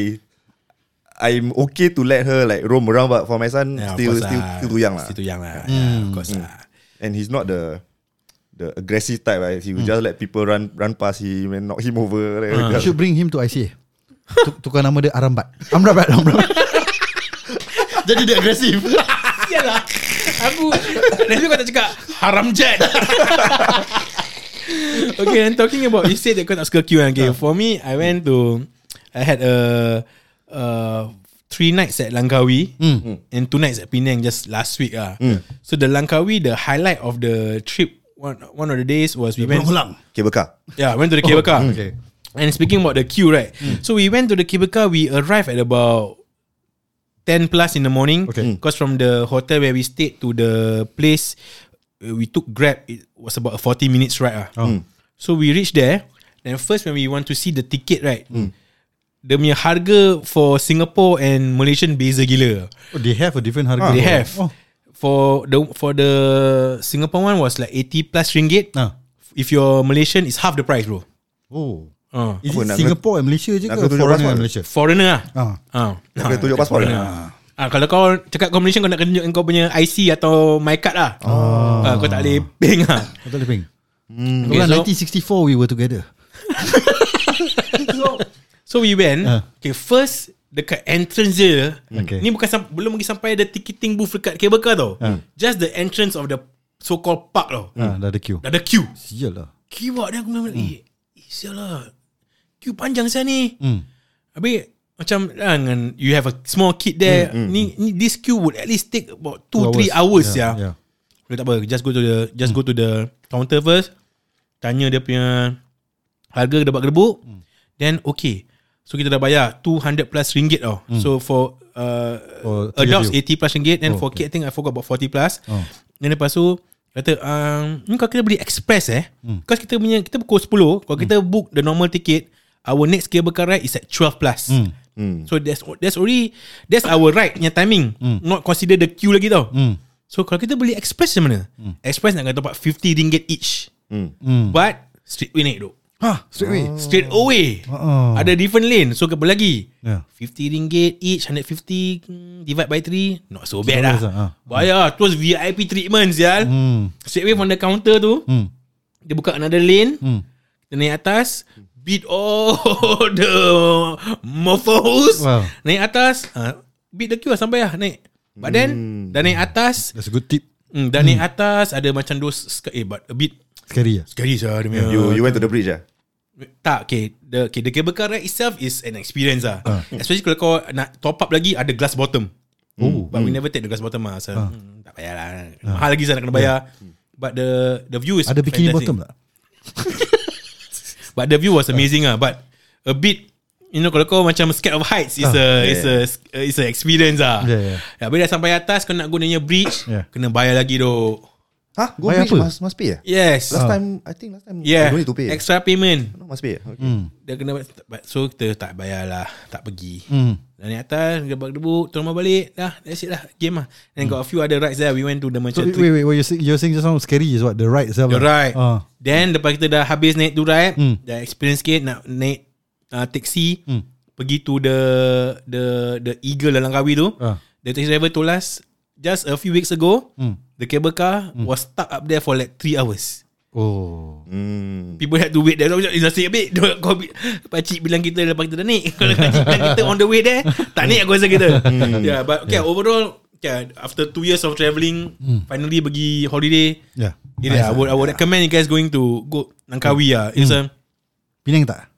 C: I'm okay to let her like roam around, but for my son,
B: Yeah, of
C: still
B: course
C: still
B: lah.
C: still too young lah. Hmm.
B: Still too young lah. Yeah, of course lah.
C: And he's not the the aggressive type. Right?
B: Hmm.
C: He will just let people run run past him and knock him over. like,
A: You
B: Ah.
C: just-
A: should bring him to ICA. Tu- Tukar nama dia Arambat. Amrabat, Amrabat. <laughs> Jadi dia agresif.
B: Sialah. Aku Nanti kau tak cakap Haram jet <laughs> Okay and talking about You said that kau tak suka queue kan? okay. For me I went to I had a uh, Three nights at Langkawi
C: Hmm.
B: Hmm. And two nights at Penang Just last week ah. So the Langkawi The highlight of the trip One one of the days Was we went
C: Cable car.
B: Yeah, went to the cable car.
A: Oh, okay. Hmm.
B: And speaking about the queue, right? So we went to the cable car. We arrived at about ten plus in the morning.
A: Okay.
B: Because from the hotel where we stayed to the place, uh, we took Grab. It was about a forty minutes ride. Ah.
A: Oh.
B: So we reached there. And first, when we want to see the ticket, right?
A: Hmm.
B: The punya harga for Singapore and Malaysian beza gila.
A: Oh, they have a different harga.
B: They have.
A: Oh.
B: for the for the Singapore one was like 80 plus ringgit.
A: Ah.
B: If you're Malaysian, it's half the price, bro.
A: Oh.
B: Uh.
A: Is
C: Apa,
A: it
C: nak
A: Singapore and Malaysia je
C: nak
A: ke
C: tunjuk
A: foreigner
C: passport?
A: and Malaysia?
B: Foreigner lah.
A: Ah.
B: Ah.
C: Nak kena tunjuk pasport
B: Foreigner. Ah, kalau kau cakap kau Malaysian kau nak tunjuk kau punya IC atau my card lah. Oh. Ah, kau tak boleh ping
A: <laughs>
B: ah.
A: Betul tak Ping?
B: Okay,
A: Orang
B: so-
A: 1964 we were together.
B: so so we went.
A: Ah.
B: Okay, first dekat entrance je.
A: Okay.
B: Ni bukan sam- belum lagi sampai the ticketing booth dekat cable car tau. Just the entrance of the so-called park tau.
A: Ah, Hmm. dah ada queue.
B: Dah ada queue.
A: Sial lah.
B: Queue buat dia aku bilang, eh, eh, sial lah. Queue panjang saya ni.
A: Hmm.
B: Habis macam ah, dengan you have a small kid there. Ni, ni this queue would at least take about 2 3 hours, ya.
A: yeah. Mm.
B: Boleh tak apa Just go to the Just go to the Counter first Tanya dia punya Harga dapat gerbuk
A: Mm.
B: Then okay So kita dah bayar 200 plus ringgit tau So for uh,
A: Mm. For three
B: Adults
A: of you.
B: 80 plus ringgit Then
A: Oh,
B: for kid I think I forgot about 40 plus
A: Oh.
B: Then lepas tu Kata um, Ni kalau kita beli express eh
A: Hmm.
B: Because kita punya Kita pukul 10 Kalau kita book the normal ticket Our next cable car ride Is at 12 plus
A: Hmm.
B: So that's that's already That's our ride punya timing Not consider the queue lagi tau
A: Hmm.
B: So kalau kita beli express macam mana? Hmm. Express nak kena top up 50 ringgit each.
A: Hmm.
B: But straight away naik duk.
A: Ha, straight away.
B: Straight away.
A: Oh.
B: Ada different lane. So apa lagi?
A: Yeah.
B: 50 ringgit each 150 hmm, divide by 3 not so bad lah.
A: dollars lah, ah.
B: Bayar terus VIP treatment sial.
A: Hmm.
B: Straight away from the counter tu
A: Hmm.
B: dia buka another lane.
A: Hmm.
B: Dia naik atas beat all <laughs> the muffles.
A: Wow.
B: Naik atas uh, beat the queue lah sampai lah naik. But then dah naik atas
A: That's a good tip.
B: Hmm, dan ni atas ada macam those sk- eh but a bit
A: Scary ya.
B: scary sah dia punya.
C: You you went to the bridge ah.
B: tak okay the okay, the cable car ride itself is an experience ah. Especially kalau kau nak top up lagi ada glass bottom. Hmm.
A: Oh.
B: But we never take the glass bottom ah. So hmm, tak payah lah. Mahal lagi sah nak kena bayar. But the the view is
A: Ada bikini
B: fantastic.
A: bottom tak?
B: But the view was amazing ah. But a bit You know kalau kau macam scared of heights is a is a is a experience
A: Ah.
B: ah.
A: Yeah, yeah.
B: Ya, bila dah sampai atas kau nak gunanya bridge
A: Yeah.
B: kena bayar lagi doh.
C: Huh? Go
A: Bayar
C: bridge
A: apa? Ah.
C: must must pay eh?
B: Yes.
C: Last time I think last time
B: Yeah.
C: you don't need to pay.
B: Extra payment.
C: No, must pay. eh? Okay.
A: Hmm.
B: Dia kena but- So kita tak bayar lah Tak pergi
A: Hmm.
B: Dan naik atas Gebak debu Turun rumah balik Dah that's it lah Game lah And got a few other rides there We went to the
A: So,
B: Merchant
A: wait,
B: Tree.
A: wait, wait. What you're saying, you're saying just now scary is what? The ride itself.
B: The ride
A: Ah.
B: Then lepas kita dah habis naik tu ride
A: Hmm.
B: Dah experience sikit Nak naik uh, Taxi
A: Hmm.
B: Pergi to the The the Eagle dalam kawi tu
A: Ah.
B: The taxi driver told us Just a few weeks ago
A: Hmm.
B: The cable car Was stuck up there for like 3 hours
A: Oh.
C: Hmm.
B: People had to wait there. So, It's nasib baik. <laughs> dia- Kau, bi- pakcik bilang kita lepas kita dah naik. <laughs> Kalau pakcik bilang kita on the way there, tak naik aku rasa kita.
A: Hmm.
B: yeah, but okay, overall, okay, after two years of travelling,
A: Hmm.
B: finally pergi holiday,
A: Yeah.
B: it, I, would, I would recommend you guys going to go Langkawi. ah. It's a,
A: Penang tak?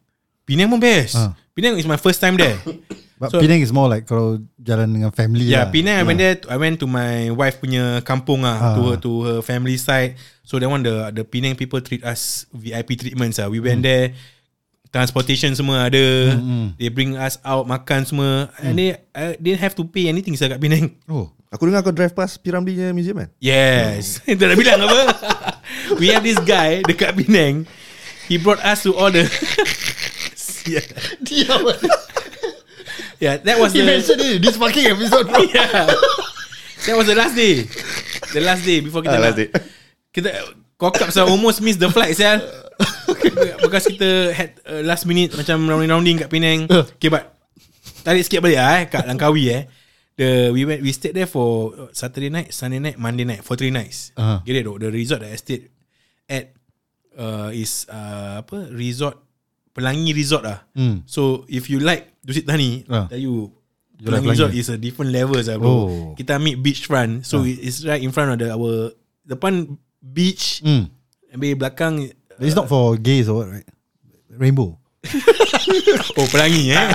B: Penang pun best.
A: Ah.
B: Penang is my first time there.
A: But
B: So-
A: Penang is more like kalau jalan dengan family.
B: <laughs> Yeah,
A: lah.
B: Penang I went there. to- I went to my wife punya kampung ah, to her to her family side. So that one the the Penang people treat us VIP treatments ah. We went there. Transportation semua ada. They bring us out makan semua. And they I didn't have to pay anything saya kat Penang.
A: <laughs> Oh.
C: Aku dengar kau drive past Piramli punya museum kan?
B: Yes. <laughs> Dia dah bilang apa? We have this guy dekat Penang. He brought us to all the <laughs> Yeah. <laughs> yeah, that was the
A: it in this fucking episode, bro.
B: <laughs> yeah. That was the last day. The last day before kita
C: Ah,
B: nak-
C: last day.
B: Kita cock up saya almost miss the flight saya. Because kita had uh, last minute macam rounding-rounding kat Penang. Okay, but tarik sikit balik lah eh, kat Langkawi eh. The we went we stayed there for uh, Saturday night, Sunday night, Monday night for three nights.
A: Ah.
B: Get it though. The resort that I stayed at uh, is uh, apa resort Pelangi Resort lah.
A: Hmm.
B: So if you like Dusit Tani,
A: Ah.
B: that you
A: like
B: Pelangi Resort
A: Pelangi.
B: is a different level lah bro.
A: Oh. Ah.
B: Kita ambil beachfront, so it it's right in front of the our depan beach,
A: Hmm.
B: ambil belakang
A: It's not for gays or what, right? Rainbow.
B: oh pelangi eh.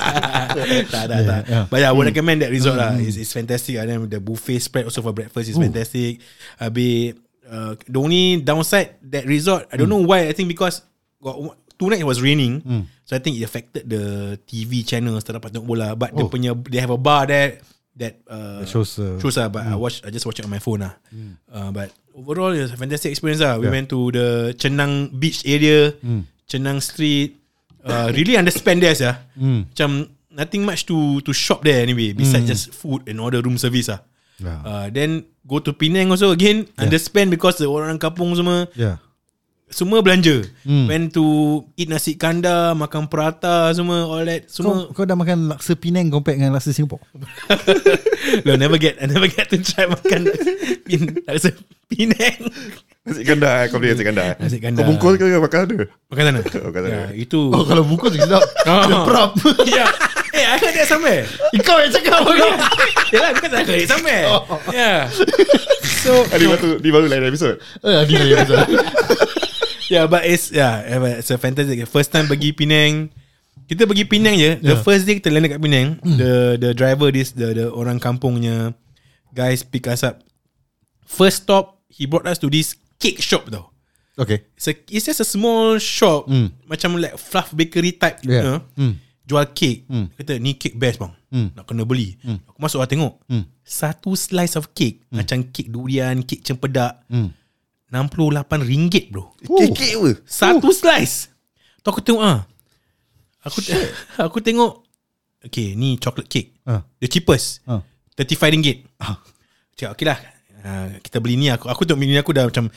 B: tak tak tak.
A: yeah. Hmm.
B: But yeah, I would recommend that resort lah. It's, it's fantastic. And then the buffet spread also for breakfast is fantastic. Habis uh, the only downside that resort, I
A: Hmm.
B: don't know why. I think because got one- two night it was raining. So I think it affected the TV channels tak dapat tengok bola. But dia
A: Oh.
B: punya they have a bar there that uh,
A: That shows, uh,
B: shows lah. But I watch I just watch it on my phone lah.
A: Hmm.
B: Uh, but overall it's a fantastic experience lah. We went to the Chenang Beach area,
A: Hmm.
B: Chenang Street. Uh, really underspend there sah.
A: Hmm.
B: Macam nothing much to to shop there anyway. Besides just food and all the room service ah.
A: Yeah.
B: Uh, then go to Penang also again underspend because the orang kampung semua
A: Yeah.
B: semua belanja.
A: Hmm.
B: Went to eat nasi kandar, makan prata semua all that semua. <laughs>
A: Kau, kau dah makan laksa Penang compared dengan laksa Singapore?
B: Lo never get <laughs> I never get to try makan <laughs> pin, laksa Penang.
C: Nasi kandar eh, Kau beli nasi kandar eh.
B: Nasi kandar.
C: Kau bungkus ke kau bakal ada
B: Makan
A: <laughs>
B: sana.
C: Makan sana.
B: Ya, itu. Ah. Ya. Eh,
A: Oh, <laughs> kalau bungkus lagi sedap. <laughs> Dia
B: <laughs>
A: perap.
B: yeah. Hey, I heard that somewhere.
A: Kau yang
B: <laughs>
A: cakap.
B: Ya,
A: Oh.
B: Yalah, because I heard it somewhere. Yeah. Ya.
A: <laughs>
B: So,
C: Ah, Ni baru, ni baru lain episode
A: Eh, dia yang besar.
B: yeah, ya, but it's yeah, eh, but it's a fantastic. First time pergi Penang. Kita pergi Penang je. The
A: Yeah. Hmm.
B: first day kita landed kat Penang, the the driver this the the orang kampungnya guys pick us up. First stop, he brought us to this cake shop though.
A: Okay.
B: It's, a, it's just a small shop
A: Mm.
B: Macam like Fluff bakery type you know.
A: Yeah. Hmm.
B: Jual cake Kata ni cake best bang Nak kena beli
A: Hmm.
B: Aku masuk lah tengok Satu slice of cake Macam cake durian Cake cempedak
A: Hmm.
B: RM68 bro
C: Kekek apa
B: Satu slice Tu aku tengok ah. Aku <laughs> aku tengok Okay ni chocolate cake
A: Ah.
B: The cheapest
A: Ah.
B: RM35 Cakap okay lah uh, Kita beli ni aku Aku tengok menu ni aku dah macam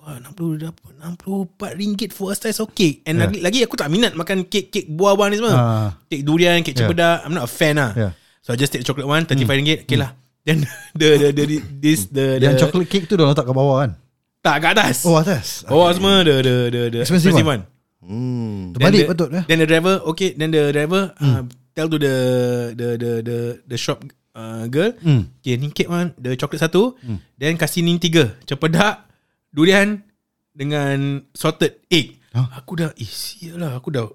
B: "Wah, 60 dah- 64 ringgit for a slice of cake And lagi, lagi aku tak minat makan kek-kek buah-buah ni semua
A: Ah. ya.
B: Kek durian, kek
A: Yeah.
B: cempedak I'm not a fan lah
A: Yeah. Hmm.
B: So I just take the chocolate one RM35 Okay lah Then <laughs> the, the, the, the, this, the, the
A: Yang chocolate cake tu dah letak kat bawah kan?
B: Tak kat atas
A: Oh, atas.
B: Bawah semua the, the, the, the
A: Expensive
B: expensive
A: one.
B: one.
C: Hmm
B: Then
A: Terbalik
B: the-
A: patut lah.
B: Then the driver, okay, then the driver uh,
A: Hmm.
B: tell to the the the the the shop uh, girl,
A: Hmm.
B: okay, ni cake one, the chocolate satu, then kasih ni tiga, cempedak, durian dengan salted egg.
A: Huh?
B: Aku dah, eh, sial lah, aku dah.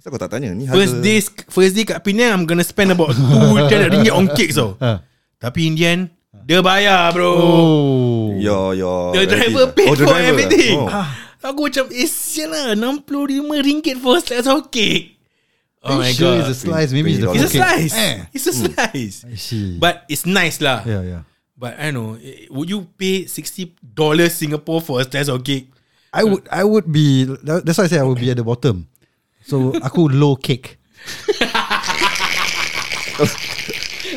C: Kenapa kau tak tanya ni
B: First day, first day kat Penang, I'm gonna spend
A: <laughs>
B: about 200 ringgit on cake so.
A: Ah.
B: Tapi in the end, dia bayar bro.
A: Ha. Oh.
C: Your, your
B: The driver paid
C: the
B: for
C: driver.
B: everything. Ah.
C: Oh.
B: Aku macam Eh sial lah RM65 for a slice of cake Oh
A: Are
B: my
A: you sure
B: god
A: It's a slice. Maybe it's the
C: It's
B: It's a
A: full cake.
B: slice
A: Eh.
B: It's a slice
A: I see.
B: But it's nice lah
A: yeah, yeah.
B: But I know eh, Would you pay $60 Singapore For a slice of cake
A: I would I would be that- that's why I say I would be at the bottom. So aku low cake.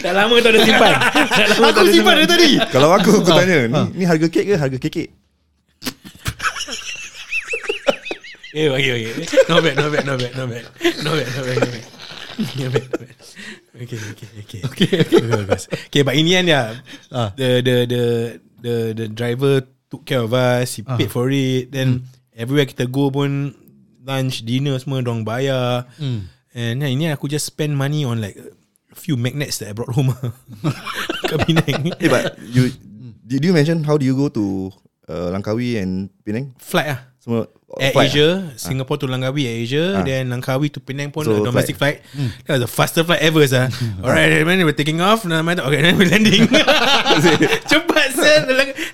B: Dah lama tau dah simpan <laughs> Dah lama tau dah simpan
A: tadi.
C: <laughs> Kalau aku
A: Ah.
C: aku tanya ni, ni harga kek ke harga kekek?
B: Eh okay okay Not bad not bad not bad Not bad Not bad not bad Not bad Not bad, not bad. Okay, okay, okay, okay, okay. okay, but in the end, yeah,
A: Ah.
B: the the the the the driver took care of us. He paid for it. Then everywhere kita go pun lunch, dinner semua dong bayar.
A: Hmm.
B: And yeah, in the end, aku just spend money on like a few magnets that I brought home. <laughs> Kat Penang.
C: Eh but <laughs> you did you mention how do you go to uh, Langkawi and Penang?
B: Flight ah.
C: Semua
B: Air
A: lah.
C: flight
B: Asia Singapore to Langkawi Air Asia
C: Ah.
B: Then Langkawi to Penang pun
C: So,
B: so, Domestic flight,
A: Hmm.
B: That was the fastest flight ever
A: <laughs>
B: sah. Alright then we're taking off then I- Okay then we're landing <laughs> Cepat sir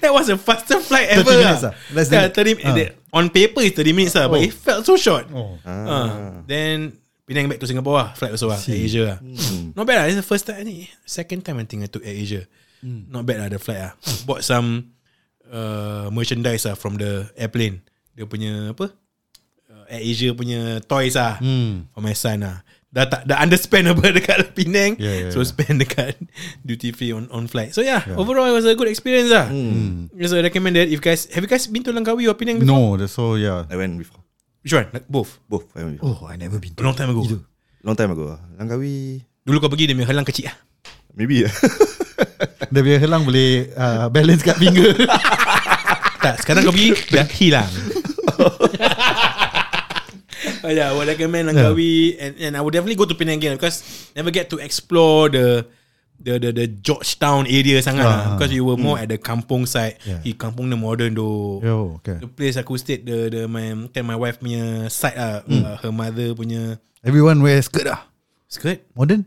B: That was the fastest flight ever
A: 30 minutes
B: lah.
A: ah. Less than
B: yeah, 30,
A: ah.
B: the- On paper it's 30 minutes lah, But
A: Oh.
B: it felt so short
A: Oh.
C: Ah.
B: Ah, Then Penang back to Singapore lah Flight also lah Air Asia lah
A: Hmm.
B: Not bad lah It's the first time I think Second time I think I took Air Asia
A: Hmm.
B: Not bad lah the flight lah Bought some uh, Merchandise lah From the airplane Dia punya apa uh, Air Asia punya toys lah
A: Hmm.
B: For my son lah Dah tak Dah underspend apa <laughs> Dekat Penang
A: Yeah, yeah,
B: So
A: yeah.
B: spend dekat <laughs> Duty free on, on flight So yeah, Overall it was a good experience lah So I recommend that If guys Have you guys been to Langkawi or Penang before?
A: Hmm. No, that's so yeah.
C: I went before.
B: Which one? Like, both
C: Both. I went before.
A: Oh, I never been
B: A long time ago
C: Long time ago. ah. Langkawi
B: Dulu kau pergi Dia punya halang kecil lah
C: maybe. <laughs> ah.
A: Dia punya helang boleh uh, balance kat finger.
B: Tak, sekarang kau pergi dah hilang. <laughs> oh yeah, I would recommend Langkawi and and I would definitely go to Penang again because never get to explore the the the, the Georgetown area sangat lah
A: Ah.
B: because we were more at the kampung side.
A: Yeah.
B: He kampung the modern though.
A: <laughs> Yo, okay.
B: The place aku stayed the the my kan my wife punya side lah, uh, her mother punya
A: Everyone wear skirt lah.
B: skirt.
A: Modern.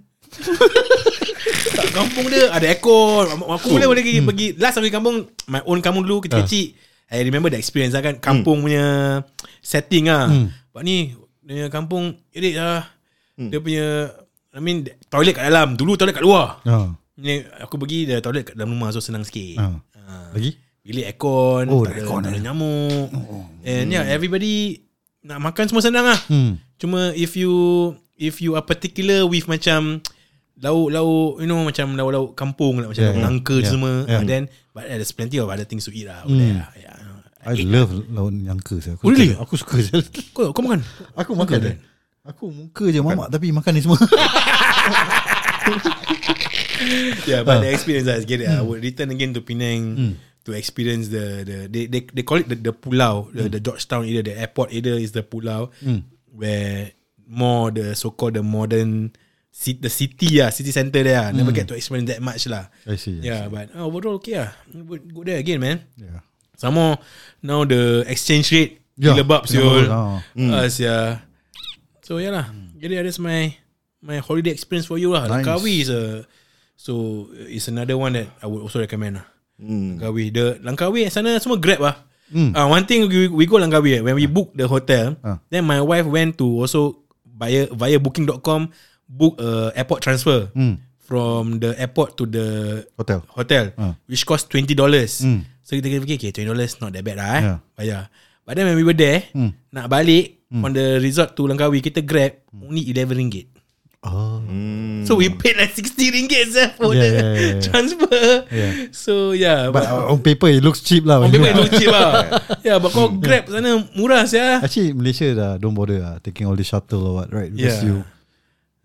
B: Kat kampung dia ada aircon. Aku boleh boleh pergi, pergi last aku pergi kampung my own kampung dulu ketika
A: Hmm. Ah. Hmm.
B: kecil. I remember the experience lah kan kampung punya setting ah. But ni dia punya kampung irit lah.
A: Hmm.
B: Dia punya I mean toilet kat dalam, dulu toilet kat luar.
A: Ah.
B: Ni aku pergi the toilet kat dalam rumah so senang sikit.
A: Ah.
B: Ah.
A: Lagi?
B: Bilik aircon,
A: Oh,
B: tak, ada,
A: aircon Oh,
B: tak ada nyamuk. And yeah, everybody nak makan semua senang ah.
A: Hmm.
B: Cuma if you if you are particular with macam lauk-lauk you know macam lauk-lauk kampung lah macam
A: Yeah,
B: yeah, nangka
A: yeah,
B: yeah, semua
A: yeah. Hmm.
B: yeah. and then but there's plenty of other things to eat lah. Mm. There, yeah.
A: I love lauk nyangka saya. Aku
B: Oh, really?
A: suka- Aku suka <laughs> saya.
B: Kau, kau makan?
A: Aku makan dia. Aku muka je mamak tapi makan ni semua.
B: Yeah,
A: Ah.
B: but the experience I get it. I would return again to Penang
A: Hmm.
B: to experience the the they they, they call it the, the pulau, the,
A: Hmm.
B: the Georgetown area, the airport area is the pulau where more the so called the modern city, the city ah, city center there. ah.
A: Hmm.
B: Never get to experience that much lah.
A: <laughs> I see, I
B: Yeah, but oh, overall okay ah. Would Go there again, man.
A: yeah.
B: Some more now the exchange rate
A: Yeah,
B: yeah,
A: gila
B: gila siul.
A: bab, Ya, ah.
B: Ah, sia. So yeah lah. Jadi that's my my holiday experience for you lah.
A: Nice.
B: Nice. Langkawi is a so it's another one that I would also recommend lah.
C: Mm.
B: Langkawi the Langkawi at sana semua grab lah. Ah, one thing we, we go Langkawi eh, when we book the hotel,
A: Hmm. Ah.
B: then my wife went to also via via booking.com book a airport transfer
A: Hmm.
B: from the airport to the
A: Hotel.
B: hotel
A: Ah. Hmm.
B: which cost twenty dollars. So kita fikir okay, twenty dollars not that bad lah eh.
A: Yeah. Hmm.
B: Bayar. But then when we were there, nak balik on the resort to Langkawi kita grab
A: Hmm.
B: only eleven ringgit.
A: Oh.
C: Hmm.
B: So we paid like sixty ringgit sah for
A: Yeah,
B: the
A: yeah, yeah, yeah.
B: transfer.
A: Yeah.
B: So yeah,
A: But
B: but,
A: uh, on paper it looks cheap lah. Hmm.
B: on paper it looks cheap lah. yeah, but kau grab sana murah sah.
A: Actually Malaysia dah don't bother lah, taking all the shuttle or what, right? Because
B: Yeah.
A: you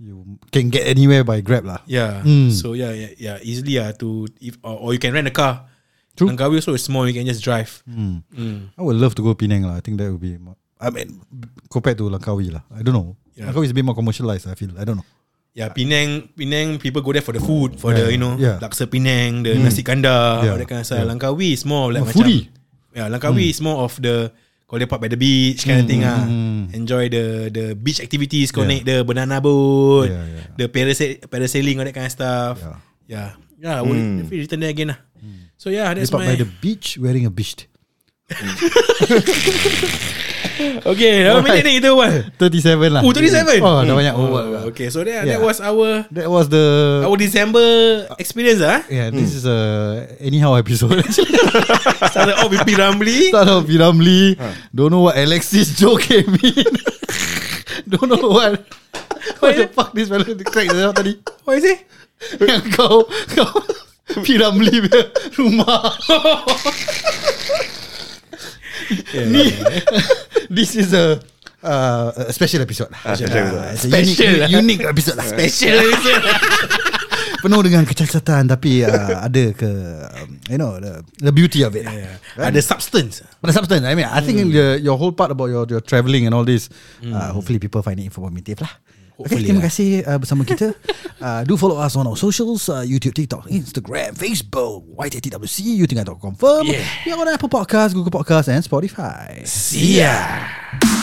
A: you can get anywhere by Grab lah.
B: Yeah.
A: Mm.
B: So yeah, yeah, yeah, easily ah to if or, or you can rent a car.
A: True.
B: Langkawi also is small, you can just drive.
A: Mm.
B: Mm.
A: I would love to go Penang lah. I think that would be more, I mean compared to Langkawi lah. I don't know.
B: Yeah.
A: Langkawi is a bit more commercialized, I feel. I don't know.
B: Yeah, Ya, Penang, Penang people go there for the food, for
A: Yeah,
B: the you know
A: yeah. Mm.
B: laksa Penang, the nasi kandar,
A: Yeah,
B: all that kind of stuff.
A: yeah.
B: Langkawi is more of like
A: Oh,
B: macam,
A: foodie.
B: yeah, Langkawi is more of the kau lepak by the beach kind of thing ah.
A: mm.
B: Enjoy the the beach activities, kau
A: Yeah.
B: naik the banana boat,
A: Yeah, yeah.
B: the parasail parasailing, all that kind of stuff.
A: Yeah.
B: yeah, yeah. I will definitely return there again lah. So yeah, that's
A: Lepak
B: my
A: by the beach wearing a
B: <coughs>
A: beach.
B: okay. How many ni kita one?
A: 37 lah.
B: Oh, 37?
A: Oh, dah banyak over.
B: Oh, okay, so that
A: Yeah.
B: that was our
A: That was the
B: our December experience ah.
A: Yeah, this is a anyhow episode. <laughs> Actually,
B: Started off with P Ramli.
A: Start off with Ramli. Don't know what Alexis <laughs> joke came in. Don't know what. What the fuck this fella crack the tadi?
B: What is it?
A: Yang kau kau P Ramli punya rumah. Ni this is a uh, a special episode.
C: Ah, special episode.
A: Ah, it's a unique-
B: Special.
A: unique episode lah. Special penuh dengan kecacatan tapi uh, ada ke um, you know the, the beauty of it. lah.
B: Yeah. Ada substance.
A: But the substance, I mean, I
B: Hmm.
A: think the, your whole part about your your travelling and all this, uh, hopefully people find it informative lah. okay,
B: Hopefully
A: terima
B: lah.
A: kasih uh, bersama kita.
B: <laughs>
A: uh, do follow us on our socials, uh, YouTube, TikTok, Instagram, Facebook, YTTWC, you think I don't confirm.
B: Yeah.
A: We are on Apple Podcast, Google Podcast and Spotify.
B: See ya.